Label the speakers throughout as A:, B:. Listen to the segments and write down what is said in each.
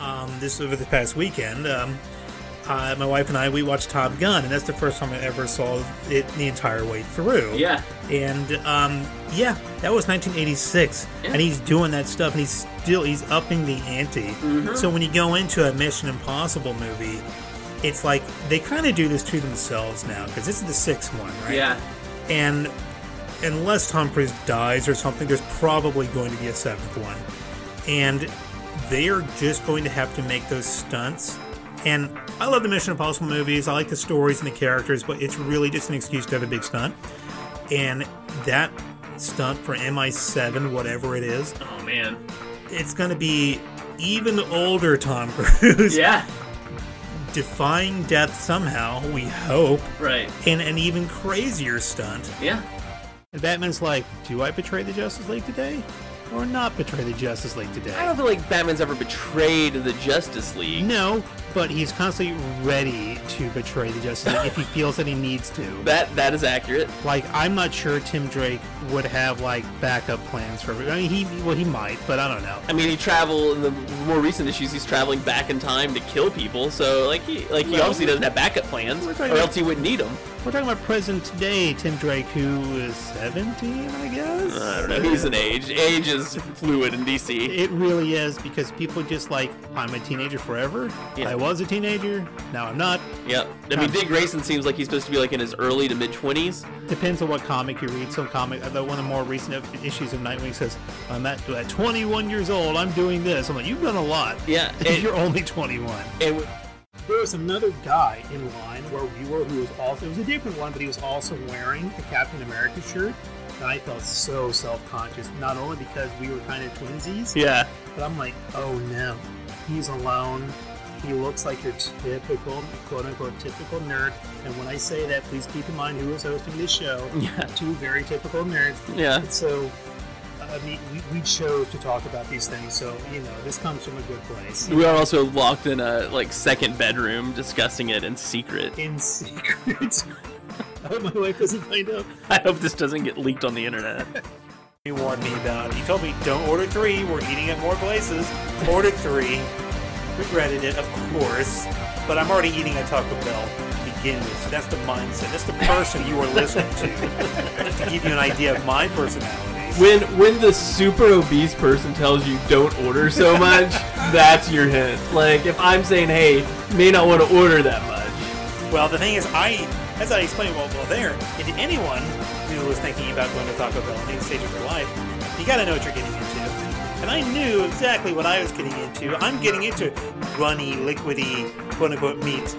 A: um, this over the past weekend. Um, I, my wife and I we watched Top Gun, and that's the first time I ever saw it the entire way through.
B: Yeah.
A: And um, yeah, that was 1986,
B: Yeah.
A: and he's doing that stuff, and he's still he's upping the ante.
B: Mm-hmm.
A: So when you go into a Mission Impossible movie, it's like they kind of do this to themselves now because this is the sixth one, right?
B: Yeah.
A: And unless Tom Cruise dies or something, there's probably going to be a seventh one. And they are just going to have to make those stunts. And I love the Mission Impossible movies. I like the stories and the characters, but it's really just an excuse to have a big stunt. And that stunt for MI7, whatever it is,
B: Oh man.
A: it's going to be even older Tom Cruise
B: Yeah.
A: defying death somehow, we hope,
B: Right.
A: in an even crazier stunt.
B: Yeah.
A: And Batman's like, do I betray the Justice League today? Or not betray the Justice League
B: I
A: today?
B: don't feel like Batman's ever betrayed the Justice League.
A: No, but he's constantly ready to betray the Justice League if he feels that he needs to.
B: That that is accurate.
A: Like, I'm not sure Tim Drake would have, like, backup plans for. I mean, he, well, he might, but I don't know.
B: I mean, he travel in the more recent issues. He's traveling back in time to kill people. So like he like he
A: Well,
B: obviously doesn't have backup plans,
A: we're
B: or
A: talking about-
B: else he wouldn't need them.
A: We're talking about present day Tim Drake, who is 17, I guess?
B: I don't know. He's an age. Age is fluid in DC.
A: It really is because people just like, I'm a teenager forever.
B: Yeah.
A: I was a teenager. Now I'm not.
B: Yeah. I mean, Dick Grayson seems like he's supposed to be like in his early to mid twenties.
A: Depends on what comic you read. Some comic, although one of the more recent of- issues of Nightwing says, I'm at, at 21 years old. I'm doing this. I'm like, you've done a lot.
B: Yeah,
A: If
B: and-
A: you're only 21.
B: And
C: There was another guy in line where we were who was also, it was a different one, but he was also wearing a Captain America shirt. And I felt so self conscious, not only because we were kind of twinsies,
B: yeah.
C: but I'm like, oh no, he's alone. He looks like your typical, quote unquote, typical nerd. And when I say that, please keep in mind who is hosting this show.
B: Yeah.
C: Two very typical nerds.
B: Yeah.
C: So, I mean, we, we chose to talk about these things. So, you know, this comes from a good place.
B: We are also locked in a like second bedroom discussing it in secret.
C: In secret. I hope my wife doesn't find out.
B: I hope this doesn't get leaked on the internet.
A: He warned me about, he told me, don't order three. We're eating at more places. Ordered three. Regretted it, of course. But I'm already eating a Taco Bell to begin with. So that's the mindset. That's the person you are listening to. Just to give you an idea of my personality.
B: When when the super obese person tells you don't order so much, that's your hint. Like if I'm saying, hey, may not want to order that much.
A: Well, the thing is, I, as I explained while well, there, if anyone who was thinking about going to Taco Bell at any stage of their life, you gotta know what you're getting into. And I knew exactly what I was getting into. I'm getting into runny, liquidy, quote unquote meat.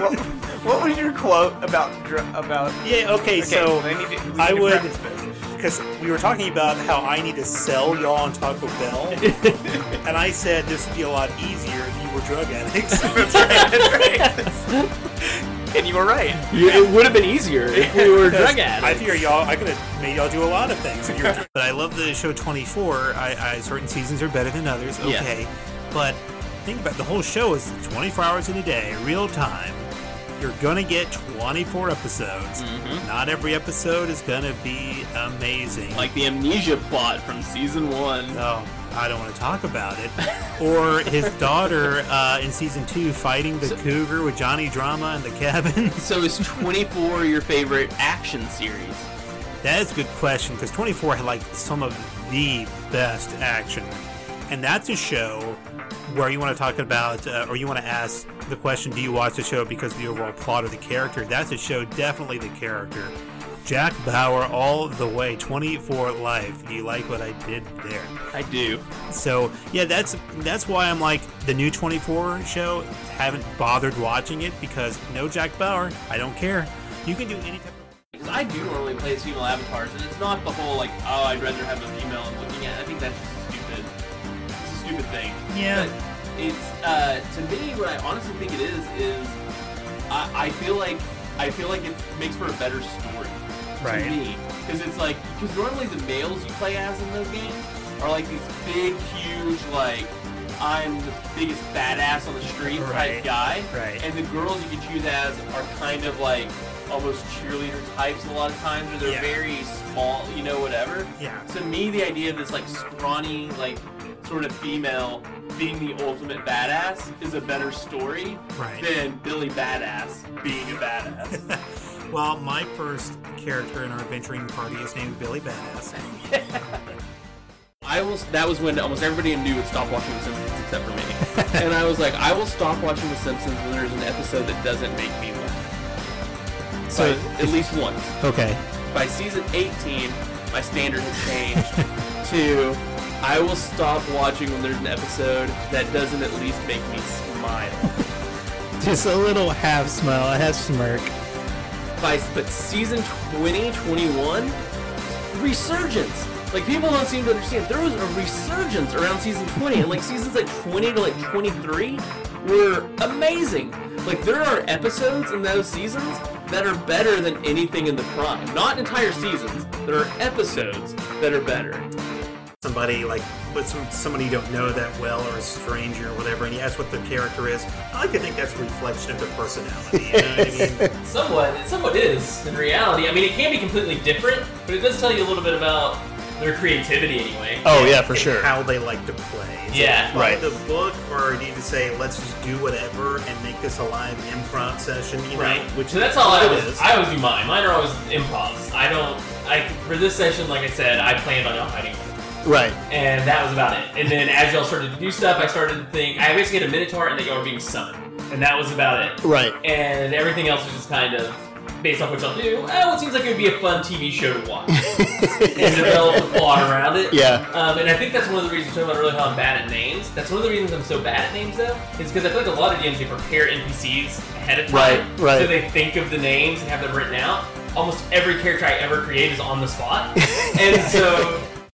D: what, what was your quote about dr- about?
A: Yeah, okay,
D: Okay,
A: so
D: I need to. we
A: I
D: need to
A: would-
D: practice this.
A: because we were talking about how I need to sell y'all on Taco Bell, and I said this would be a lot easier if you were drug addicts.
D: That's right. and you were right.
B: You- It would have been easier if we were drug addicts.
A: I figure y'all, I could have made y'all do a lot of things. If you were but I love the show 24. I, I certain seasons are better than others.
B: Yeah.
A: Okay, but think about it, the whole show is 24 hours in a day, real time. You're gonna get 24 episodes. Not every episode is gonna be amazing.
B: Mm-hmm. like the amnesia plot from season one.
A: Oh, I don't want to talk about it. Or his daughter uh, in season two fighting the cougar with Johnny Drama in the cabin.
B: So is 24 your favorite action series?
A: that is a good question because 24 had like some of the best action. And that's a show where you want to talk about uh, or you want to ask the question do you watch the show because of the overall plot or the character? That's a show, definitely the character. Jack Bauer all the way, 24 life. Do you like what I did there?
B: I do.
A: So yeah, that's that's why I'm like the new 24 show. Haven't bothered watching it because no Jack Bauer. I don't care. You can do any type. of...
B: Because I do normally play as female avatars, and it's not the whole like, oh, I'd rather have a female I'm looking at. I think that's just stupid. It's a stupid thing.
A: Yeah.
B: But it's uh, to me what I honestly think it is is I, I feel like I feel like it makes for a better story.
A: Right.
B: To me, because it's like because normally the males you play as in those games are like these big, huge like. I'm the biggest badass on the street
A: Right.
B: type guy,
A: Right.
B: and the girls you could choose as are kind of like almost cheerleader types a lot of times, or they're
A: Yeah.
B: very small, you know, whatever.
A: Yeah.
B: To me, the idea of this like scrawny, like sort of female being the ultimate badass is a better story
A: Right.
B: than Billy Badass being a badass.
A: Well, my first character in our adventuring party is named Billy Badass.
B: I will. That was when almost everybody knew would stop watching The Simpsons except for me. and I was like, I will stop watching The Simpsons when there's an episode that doesn't make me laugh.
A: So-
B: Like, at least once.
A: Okay.
B: By season 18, my standard has changed to I will stop watching when there's an episode that doesn't at least make me smile.
E: Just a little half smile, a half smirk.
B: By but season 20, 21, resurgence. Like people don't seem to understand. There was a resurgence around season 20, and like seasons like 20 to like 23 were amazing. Like there are episodes in those seasons that are better than anything in the prime. Not entire seasons. There are episodes that are better.
A: Somebody like with some somebody you don't know that well or a stranger or whatever, and you ask what their character is. I like to think that's a reflection of their personality. You know what I mean?
F: Somewhat, it somewhat is in reality. I mean, it can be completely different, but it does tell you a little bit about their creativity anyway.
E: Oh yeah, for
A: And
E: sure.
A: How they like to play. Is it
F: Yeah,
A: follow
E: right.
A: The book, or do you just say let's just do whatever and make this a live improv session? You know,
F: Which
A: Which
F: so that's all I
A: it
F: always
A: is.
F: I always do mine. Mine are always improvs. I don't. I for this session, like I said, I planned on not fighting,
E: Right.
F: and that was about it. And then as y'all started to do stuff, I started to think. I basically had a minotaur, and that y'all were being summoned, and that was about it.
E: Right.
F: And everything else was just kind of based off what y'all do. Oh, it seems like it would be a fun TV show to watch and develop a plot around it.
E: yeah.
F: Um, and I think that's one of the reasons talking about really how I'm bad at names. That's one of the reasons I'm so bad at names though, is because I feel like a lot of DMs they prepare NPCs ahead of time,
E: Right, right.
F: So they think of the names and have them written out. Almost every character I ever create is on the spot, and so